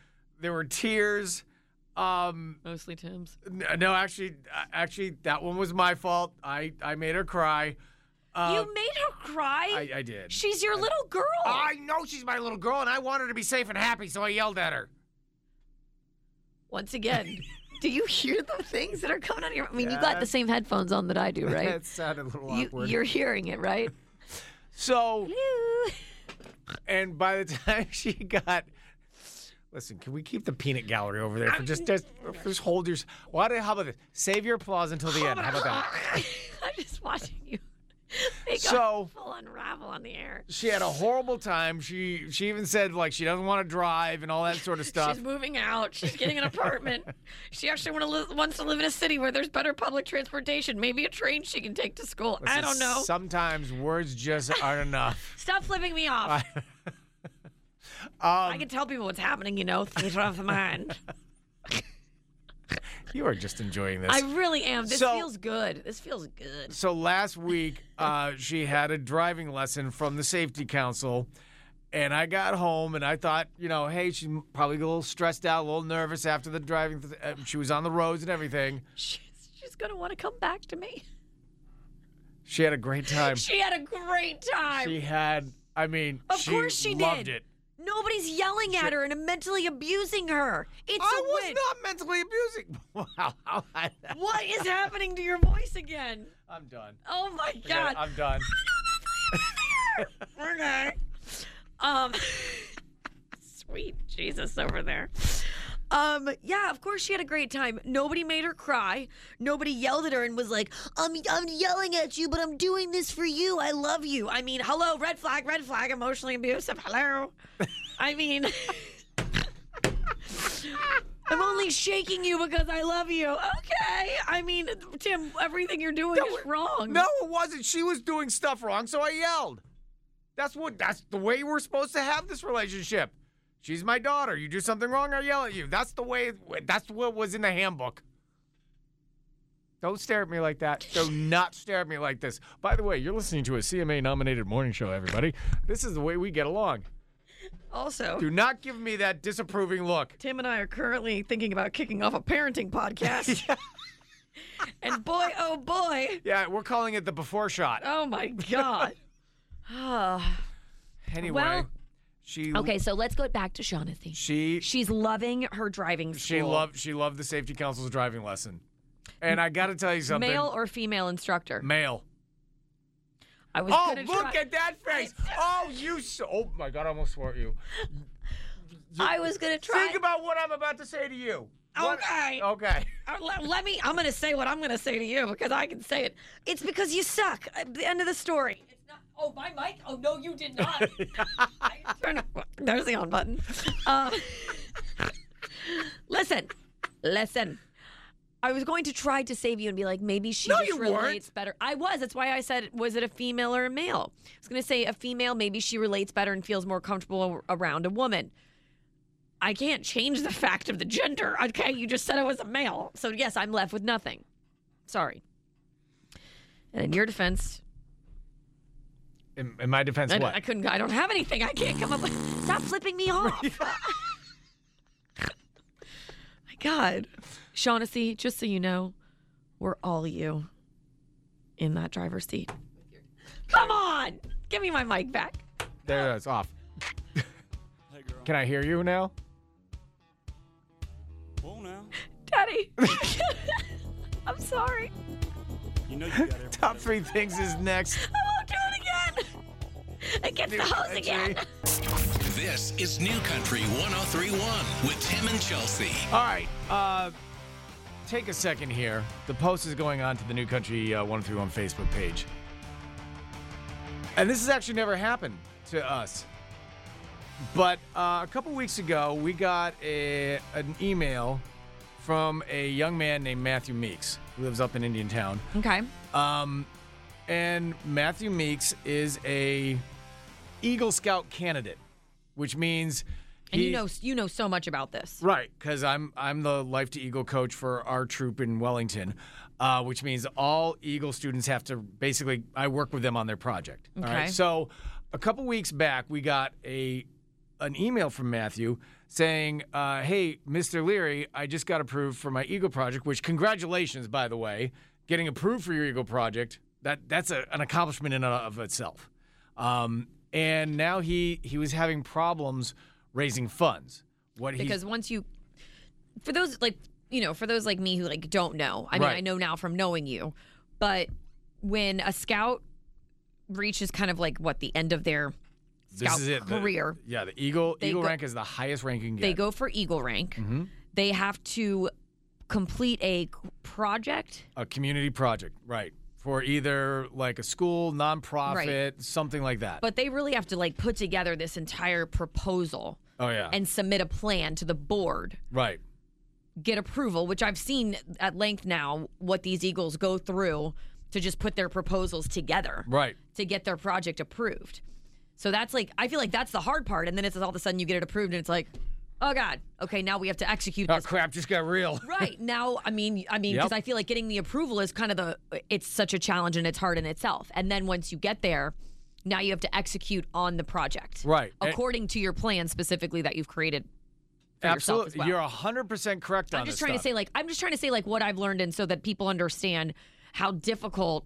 There were tears. Um, Mostly Tim's. n- no, actually, uh, actually, that one was my fault. I, I made her cry. Um, you made her cry. I, I did. She's your little girl. I know she's my little girl, and I want her to be safe and happy, so I yelled at her. *laughs* Once again, do you hear the things that are coming out of your? I mean, you got the Yes. same headphones on that I do, *laughs* right? that sounded a little you, awkward. you're hearing *laughs* it, right? so, Hello. and by the *laughs* time she got. Listen, can we keep the peanut gallery over there for just just, just hold your? Why do? How about this? Save your applause until the end. How about that? *laughs* I'm just watching you. *laughs* Make So- a full unravel on the air. she had a horrible time. She she even said like she doesn't want to drive and all that sort of stuff. *laughs* She's moving out. She's getting an apartment. *laughs* she actually want to li- wants to live in a city where there's better public transportation. Maybe a train she can take to school. Listen, I don't know. Sometimes words just aren't enough. Stop flipping *laughs* me off. I can tell people what's happening, you know, theater of *laughs* the mind. You are just enjoying this. I really am. This So- feels good. This feels good. *laughs* so last week, uh, she had a driving lesson from the safety council, and I got home and I thought, you know, hey, she's probably a little stressed out, a little nervous after the driving. Th- uh, she was on the roads and everything. She's, she's gonna want to come back to me. *laughs* She had a great time. She had a great time. She had, I mean, of she course she loved did. it. Nobody's yelling at her and mentally abusing her. It's I a was win. not mentally abusing. *laughs* Wow, how I, What is happening to your voice again? I'm done. Oh my Forget god. it. I'm done. okay. Um, *laughs* sweet Jesus over there. Um, yeah, of course she had a great time. Nobody made her cry. Nobody yelled at her and was like, "I'm I'm yelling at you, but I'm doing this for you. I love you." I mean, hello, red flag, red flag, emotionally abusive. Hello. I mean, *laughs* I'm only shaking you because I love you. Okay. I mean, Tim, everything you're doing is wrong. No, it wasn't. She was doing stuff wrong, so I yelled. That's what. That's the way we're supposed to have this relationship. She's my daughter. You do something wrong, I yell at you. That's the way. That's what was in the handbook. Don't stare at me like that. Do not stare at me like this. By the way, you're listening to a CMA nominated morning show, everybody. This is the way we get along. Also, Do not give me that disapproving look. Tim and I are currently thinking about kicking off a parenting podcast. *laughs* and boy, oh boy. Yeah, we're calling it the before shot. Oh my God. *sighs* Ah. Anyway, well- she okay, so let's go back to Shaughnessy. she She's loving her driving school. she loved she loved the safety council's driving lesson. And I got to tell you something. male or female instructor. Male. I was Oh, gonna look try- at that face. Oh, you so Oh my god, I almost swore at you. I was gonna try. Think about what I'm about to say to you. What- Oh. Okay. Okay. Uh, le- let, me. I'm gonna say what I'm gonna say to you because I can say it. It's because you suck. Uh, The end of the story. It's not. Oh, my mic. Oh no, you did *laughs* not. I turned- There's the on button. Uh, listen, listen. I was going to try to save you and be like, maybe she No, just you weren't. relates better. I was. That's why I said, was it a female or a male? I was going to say a female. Maybe she relates better and feels more comfortable a- around a woman. I can't change the fact of the gender. Okay, you just said it was a male. So yes, I'm left with nothing. Sorry. And in your defense, In, in my defense, I, what? I couldn't. I don't have anything. I can't come up with. Stop flipping *laughs* me off. *laughs* My God, Shaughnessy. Just so you know, we're all you in that driver's seat. Come on, give me my mic back. there it's *laughs* off. Can I hear you now? Well, now, *laughs* Daddy. I'm sorry. you *laughs* know you got everything. Top 3 things is next. I won't do it again. It gets the hose again. This is New Country 1031 with Tim and Chelsea. All right. Uh, take a second here. The post is going on to the New Country uh, 131 Facebook page. And this has actually never happened to us. But uh, a couple weeks ago, we got a, an email from a young man named Matthew Meeks, who lives up in Indian Town. Okay. Um, and Matthew Meeks is a Eagle Scout candidate, which means And he- you know you know so much about this. Right, because I'm I'm the Life to Eagle coach for our troop in Wellington, uh, which means all Eagle students have to basically I work with them on their project. All Okay. right. So a couple weeks back, we got a an email from Matthew saying, uh, "Hey, Mr. Leary, I just got approved for my Eagle project. Which congratulations, by the way, getting approved for your Eagle project. That that's a, an accomplishment in and of itself." Um, and now he he was having problems raising funds. What he's because once you for those like you know for those like me who like don't know i mean Right. i know now from knowing you but when a scout reaches kind of like what the end of their scout The- career yeah, the eagle They eagle go- rank is the highest rank you can get. they go for eagle rank Mm-hmm. they have to complete a project a community project, right? For either like a school, nonprofit, something like that. but they really have to like put together this entire proposal oh yeah, and submit a plan to the board right. get approval, which I've seen at length now what these Eagles go through to just put their proposals together. Right. To get their project approved. So that's like, I feel like that's the hard part. And then it's all of a sudden you get it approved and it's like, oh God, okay, now we have to execute Oh this. crap, just got real. Right now, I mean, I mean, because Yep. I feel like getting the approval is kind of the it's such a challenge and it's hard in itself. And then once you get there, now you have to execute on the project, Right. And- According to your plan specifically that you've created. For yourself as Absolutely, well. you're hundred percent correct on I'm just this trying stuff. to say like I'm just trying to say like what I've learned and so that people understand how difficult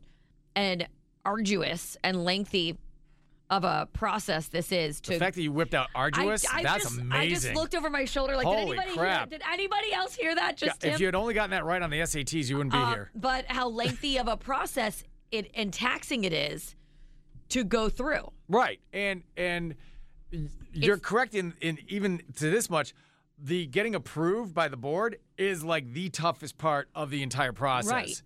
and arduous and lengthy of a process this is to the fact that you whipped out I- arduous, I that's just, amazing. I just looked over my shoulder like Holy did anybody crap. hear did anybody else hear that Yeah, just if Tim? you had only gotten that right on the SATs, you wouldn't be Uh, here. but how lengthy of a process it and taxing it is to go through. Right. And and y- you're correct in, in even to this much. The getting approved by the board is like the toughest part of the entire process. Right.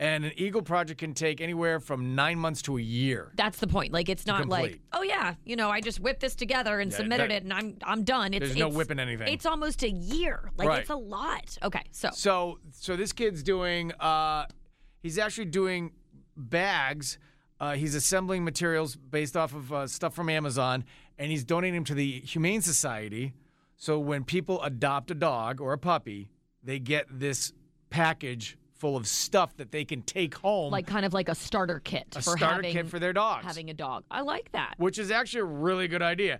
And an Eagle project can take anywhere from nine months to a year. That's the point. Like it's not like, complete. oh yeah, you know, I just whipped this together and Yeah, submitted that- it, and I'm I'm done. It's, There's no it's- whipping anything. It's almost a year. Like Right. it's a lot. Okay, so So so this kid's doing uh he's actually doing bags. Uh, he's assembling materials based off of uh, stuff from Amazon and he's donating them to the Humane Society. So when people adopt a dog or a puppy, they get this package full of stuff that they can take home, like kind of like a starter kit a for starter having, kit for their dogs, having a dog. I like that. which is actually a really good idea.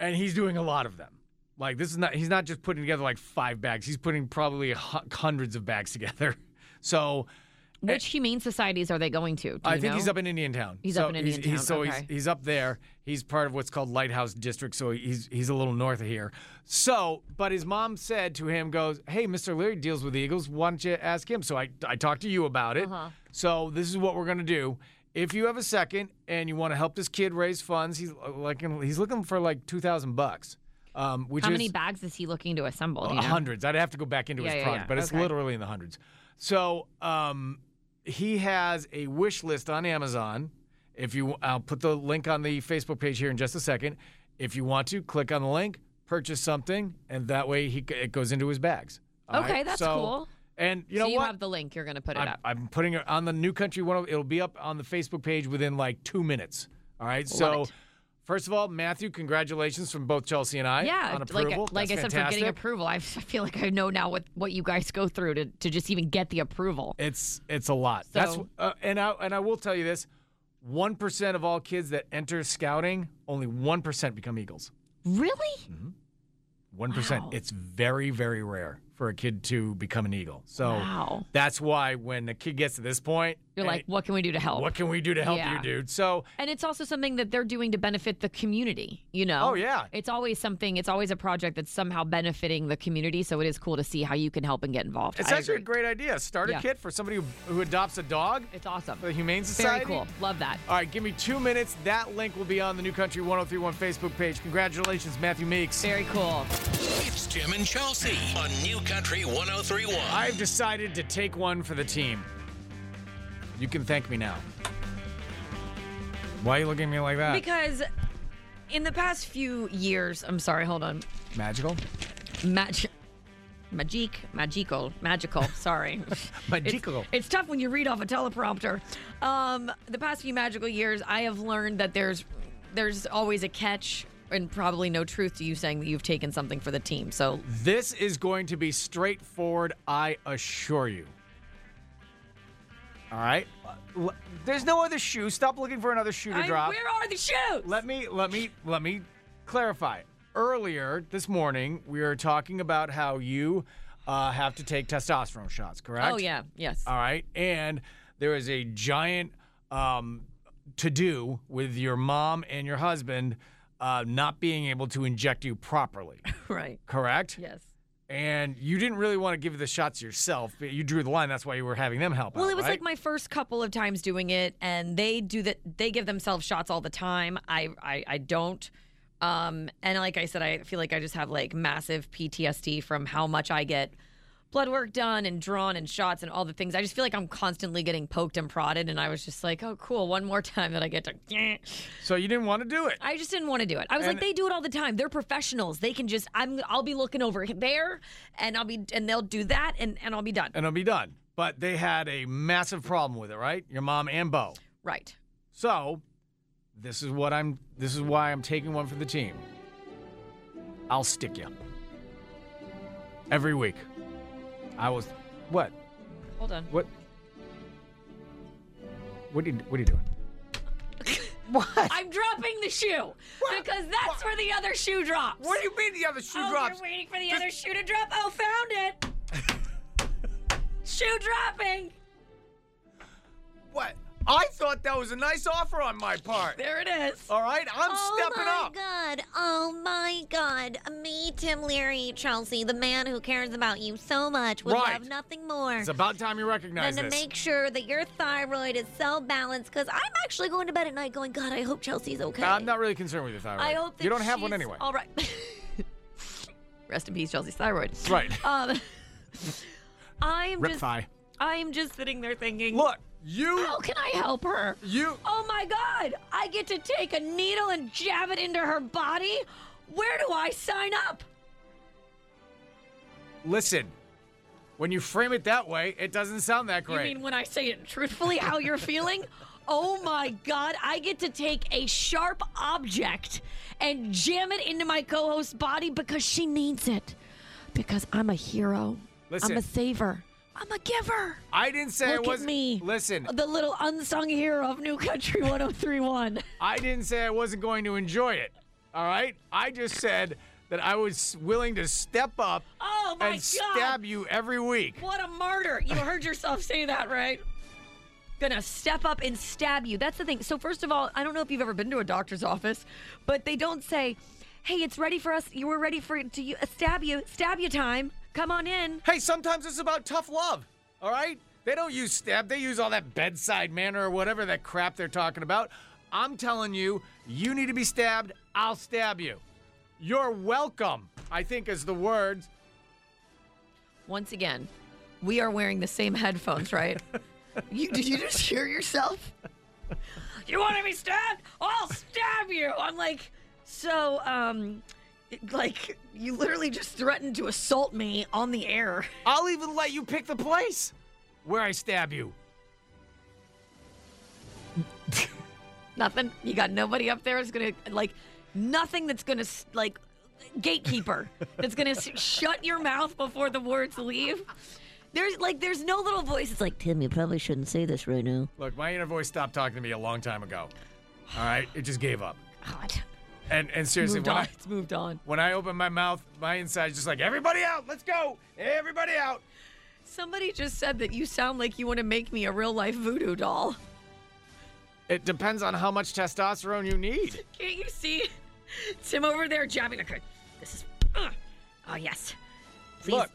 And he's doing a lot of them. Like this is not he's not just putting together like five bags. He's putting probably hu- hundreds of bags together. *laughs* So Which humane societies are they going to? Do eh, I you think he's know? up in Indian Town. He's so up in Indian he's, Town, so he's, okay. he's up there. He's part of what's called Lighthouse District, so he's he's a little north of here. So, but his mom said to him, "Goes, hey, Mr. Leary deals with eagles. Why don't you ask him?" So I I talked to you about it. Uh-huh. So this is what we're gonna do. If you have a second and you want to help this kid raise funds, he's uh, like he's looking for like two thousand bucks. Um, which How is, many bags is he looking to assemble? do uh, you know? Hundreds. I'd have to go back into Yeah, his yeah, product, yeah. but it's Okay. literally in the hundreds. So um, he has a wish list on Amazon. If you, I'll put the link on the Facebook page here in just a second. If you want to, click on the link, purchase something, and that way he it goes into his bags. All Okay, that's So- cool. And you so know you what? have the link. You're going to put it I'm, up. I'm putting it on the New Country One. It'll be up on the Facebook page within like two minutes. All right. so, it. first of all, Matthew, congratulations from both Chelsea and I yeah, on like, approval. like I That's said, for getting fantastic. approval, I *laughs* f- I feel like I know now what, what you guys go through to, to just even get the approval. It's it's a lot. That's So- uh, and I and I will tell you this: one percent of all kids that enter scouting, only one percent become Eagles. Really? Mm. One percent. Wow. It's very very rare for a kid to become an Eagle. So Wow. that's why when a kid gets to this point, You're eh, like, what can we do to help? what can we do to help Yeah. you, dude? So And it's also something that they're doing to benefit the community, you know? Oh, yeah. It's always something, it's always a project that's somehow benefiting the community. So it is cool to see how you can help and get involved. it's I actually agree. a great idea. Starter Yeah. kit for somebody who, who adopts a dog. It's awesome. for the Humane Very Society. cool. Love that. All right, give me two minutes. That link will be on the New Country 1031 Facebook page. Congratulations, Matthew Meeks. Very cool. Uh. It's Tim and Chelsea on New Country 1031. I've decided to take one for the team. You can thank me now. Why are you looking at me like that? Because in the past few years, I'm sorry, hold on. Magical? Mag- magic, magical, *laughs* magical. Sorry. Magical. It's, it's tough when you read off a teleprompter. Um, the past few magical years, I have learned that there's there's always a catch and probably no truth to you saying that you've taken something for the team. So This is going to be straightforward, I assure you. All right. L- There's no other shoe. Stop looking for another shoe to I- drop. where are the shoes? Let me let me let me clarify. Earlier this morning, we were talking about how you uh, have to take testosterone shots, correct? oh yeah, yes. All right. And there is a giant um, to do with your mom and your husband uh, not being able to inject you *laughs* properly, *laughs* Right. correct? Yes. And you didn't really want to give the shots yourself, but you drew the line. That's why you were having them help Well, out, it was right? like my first couple of times doing it, and they do that. They give themselves shots all the time. I, I, I don't. Um, and like I said, I feel like I just have like massive PTSD from how much I get blood work done and drawn and shots and all the things. I just feel like I'm constantly getting poked and prodded, and I was just like, oh, cool, one more *laughs* time that I get to. So you didn't want to do it. I just didn't want to do it. I was like, And- they do it all the time. They're professionals. They can just. I'm. I'll be looking over *laughs* there, and I'll be, and they'll do that, and and I'll be done. And it'll be done. But they had a massive problem with it, right? Your mom and Bo. Right. So, this is what I'm. This is why I'm taking one for the team. I'll stick you every week. I was. What? Hold on. What? What are you, what are you doing? what? I'm dropping the shoe because that's where the other shoe drops. What do you mean the other shoe oh, drops? you're waiting for the other shoe to drop. Oh, found it. shoe dropping. What? I thought that was a nice offer on my part. There it is. All right, I'm Oh stepping up. god. Oh my god. Me, Tim Leary, Chelsea, the man who cares about you so much, would Right. love nothing more It's about time you than recognize to this. make sure that your thyroid is so balanced. Because I'm actually going to bed at night going, God, I hope Chelsea's okay. I'm not really concerned with your thyroid. I hope that you don't have one she's anyway. All right. *laughs* Rest in peace, Chelsea's thyroid. *laughs* Right. *laughs* Um, I'm Rip just. Oh. thigh. I'm just sitting there thinking. Look, you How can I help her? you Oh my God! I get to take a needle and jab it into her body? Where do I sign up? Listen, when you frame it that way, it doesn't sound that great. You mean when I say it truthfully, how you're feeling? Oh my God, I get to take a sharp object and jam it into my co host's body because she needs it. Because I'm a hero. Listen. I'm a saver. I'm a giver. I didn't say Look I wasn't. at me. Listen, The little unsung hero of New Country *laughs* 1031. I didn't say I wasn't going to enjoy it. All right? I just said that I was willing to step up Oh, my and God. stab you every week. What a martyr. You heard yourself say that, right? Gonna step up and stab you. That's the thing. So, first of all, I don't know if you've ever been to a doctor's office, but they don't say, hey, it's ready for us. You were ready for to you, uh, stab you, stab you time. Come on in. Hey, sometimes it's about tough love. All right? They don't use stab, they use all that bedside manner or whatever that crap they're talking about. I'm telling you, you need to be stabbed, I'll stab you. You're welcome, I think is the words. Once again, we are wearing the same headphones, right? you, did you just hear yourself? You want to be stabbed? I'll stab you. I'm like, so, um, it- like, you literally just threatened to assault me on the air. I'll even let you pick the place where I stab you. Nothing. You got nobody up there is gonna like nothing that's gonna s- like gatekeeper that's gonna s- shut your mouth before the words leave. There's like there's no little voice. It's like Tim, you probably shouldn't say this right now. Look, my inner voice stopped talking to me a long time ago. All right, it just gave up. God. And and seriously, Moved when on. I, it's moved on. when I open my mouth, my inside's just like everybody out. Let's go, everybody out. Somebody just said that you sound like you want to make me a real life voodoo doll. It depends on how much testosterone you need. Can't you see? Tim over there jabbing. Okay, this is. Ugh. Oh yes. *laughs* Please. Look,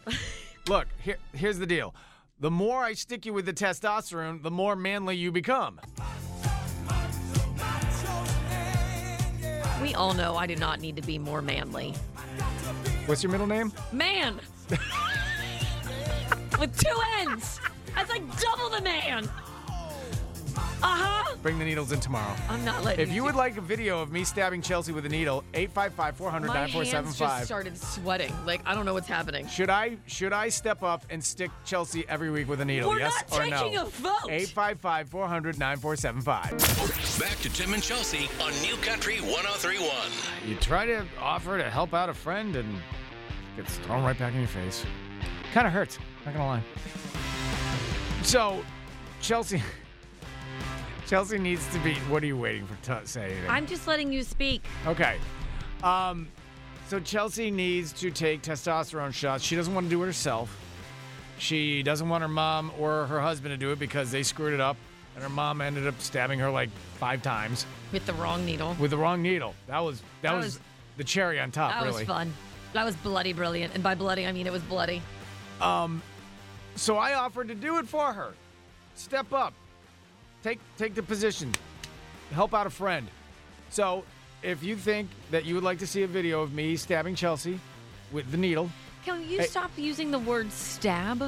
look. Here, here's the deal. The more I stick you with the testosterone, the more manly you become. *laughs* We all know I do not need to be more manly. What's your middle name? Man. With two ends. That's like double the man. Uh huh. Bring the needles in tomorrow. I'm not letting If you would like a video of me stabbing Chelsea with a needle, 855 400 My hands just 9475. started sweating. Like I don't know what's happening. Should I should I step up and stick Chelsea every week with a needle? We're yes not or no? taking a vote. 855 400 9475. Back to Tim and Chelsea on New Country 1031. *sighs* You try to offer to help out a friend and gets thrown right back in your face. Kind of hurts, not gonna lie. So, Chelsea *laughs* Chelsea needs to be what are you waiting for to say anything? I'm just letting you speak. Okay. Um, so Chelsea needs to take testosterone shots. She doesn't want to do it herself. She doesn't want her mom or her husband to do it because they screwed it up, and her mom ended up stabbing her like five times With the wrong needle. with the wrong needle. That was that, That was, was- the cherry on top. that really. was fun. That was bloody brilliant. And by bloody, I mean it was bloody. Um, so I offered to do it for her. Step up, take take the position, help out a friend. So, if you think that you would like to see a video of me stabbing Chelsea with the needle, Can you Hey. stop using the word stab?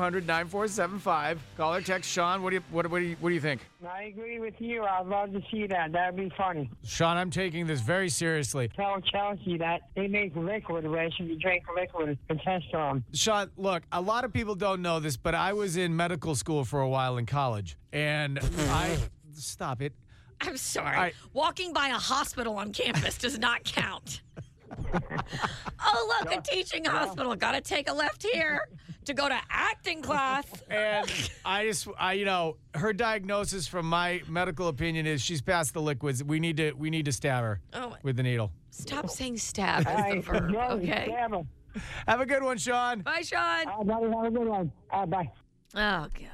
855-400-9475. Call or text Sean. What do you what, what do you what do you think? I agree with you. I'd love to see that. That'd be funny. Sean, I'm taking this very seriously. Tell Chelsea that they make liquid where she can drink liquid and test on. Sean, look, a lot of people don't know this, but I was in medical school for a while in college, and I stop it. I'm sorry. I- Walking by a hospital on campus does not *laughs* count. oh, look, a teaching hospital. Got to take a left here to go to acting *laughs* class. And I just, I, you know, her diagnosis from my medical opinion is she's past the liquids. We need to, we need to stab her Oh, with the needle. stop saying stab as *laughs* the verb. Okay. Have a good one, Sean. Bye, Sean. Uh. have a good one. Uh, bye. Oh, God.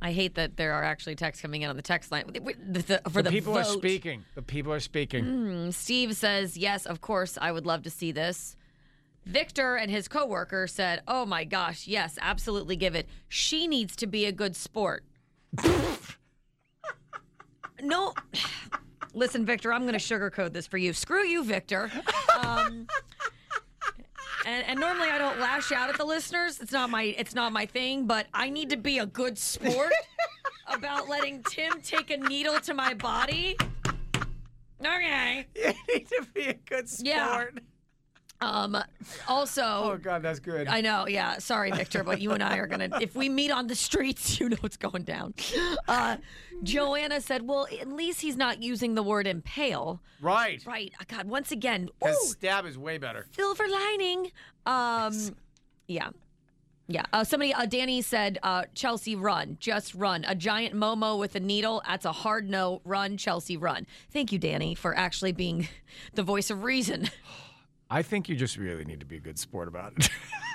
I hate that there are actually texts coming in on the text line We- the- the- for the, people are vote. speaking. The people are speaking. Mm, Steve says, Yes, of course, I would love to see this. Victor and his coworker said, Oh my gosh, yes, absolutely give it. She needs to be a good sport. *laughs* no. *sighs* Listen, Victor, I'm going to sugarcoat this for you. Screw you, Victor. Um, and, and normally I don't lash out at the listeners. It's not my it's not my thing, but I need to be a good sport about letting Tim take a needle to my body. Okay. *laughs* You need to be a good sport. Yeah. Um. *laughs* Also, Oh God, that's good. I know. Yeah. Sorry, Victor, but you and I are gonna. If we meet on the streets, *laughs* you know what's going down. Uh, Joanna said, "Well, at least he's not using the word impale." Right. Right. Uh, God. Once again, 'Cause ooh, stab is way better. silver lining. Um. Yeah. Yeah. Uh, somebody, uh, Danny said, uh, Chelsea, run. Just run. A giant Momo with a needle. That's a hard no. Run, Chelsea, run. Thank you, Danny, for actually being *laughs* the voice of reason. I think you just really need to be a good sport about it. *laughs*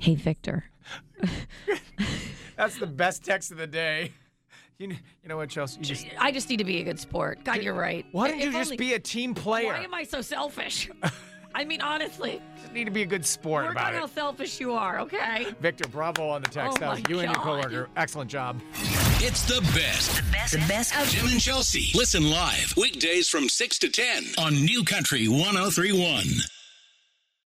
Hey, Victor. That's the best text of the day. You, kn- you know what, Chelsea? You just, I just need to be a good sport. God, you're right. why don't If you just only- be a team player? Why am I *laughs* so selfish? I mean, honestly, just need to be a good sport work about on it. how selfish you are, okay? Victor, bravo on the text. Oh that was my you and your God. coworker. Excellent job. It's the best. The best. The best of Jim oh and Chelsea. Listen live weekdays from 6 to 10 on New Country 1031.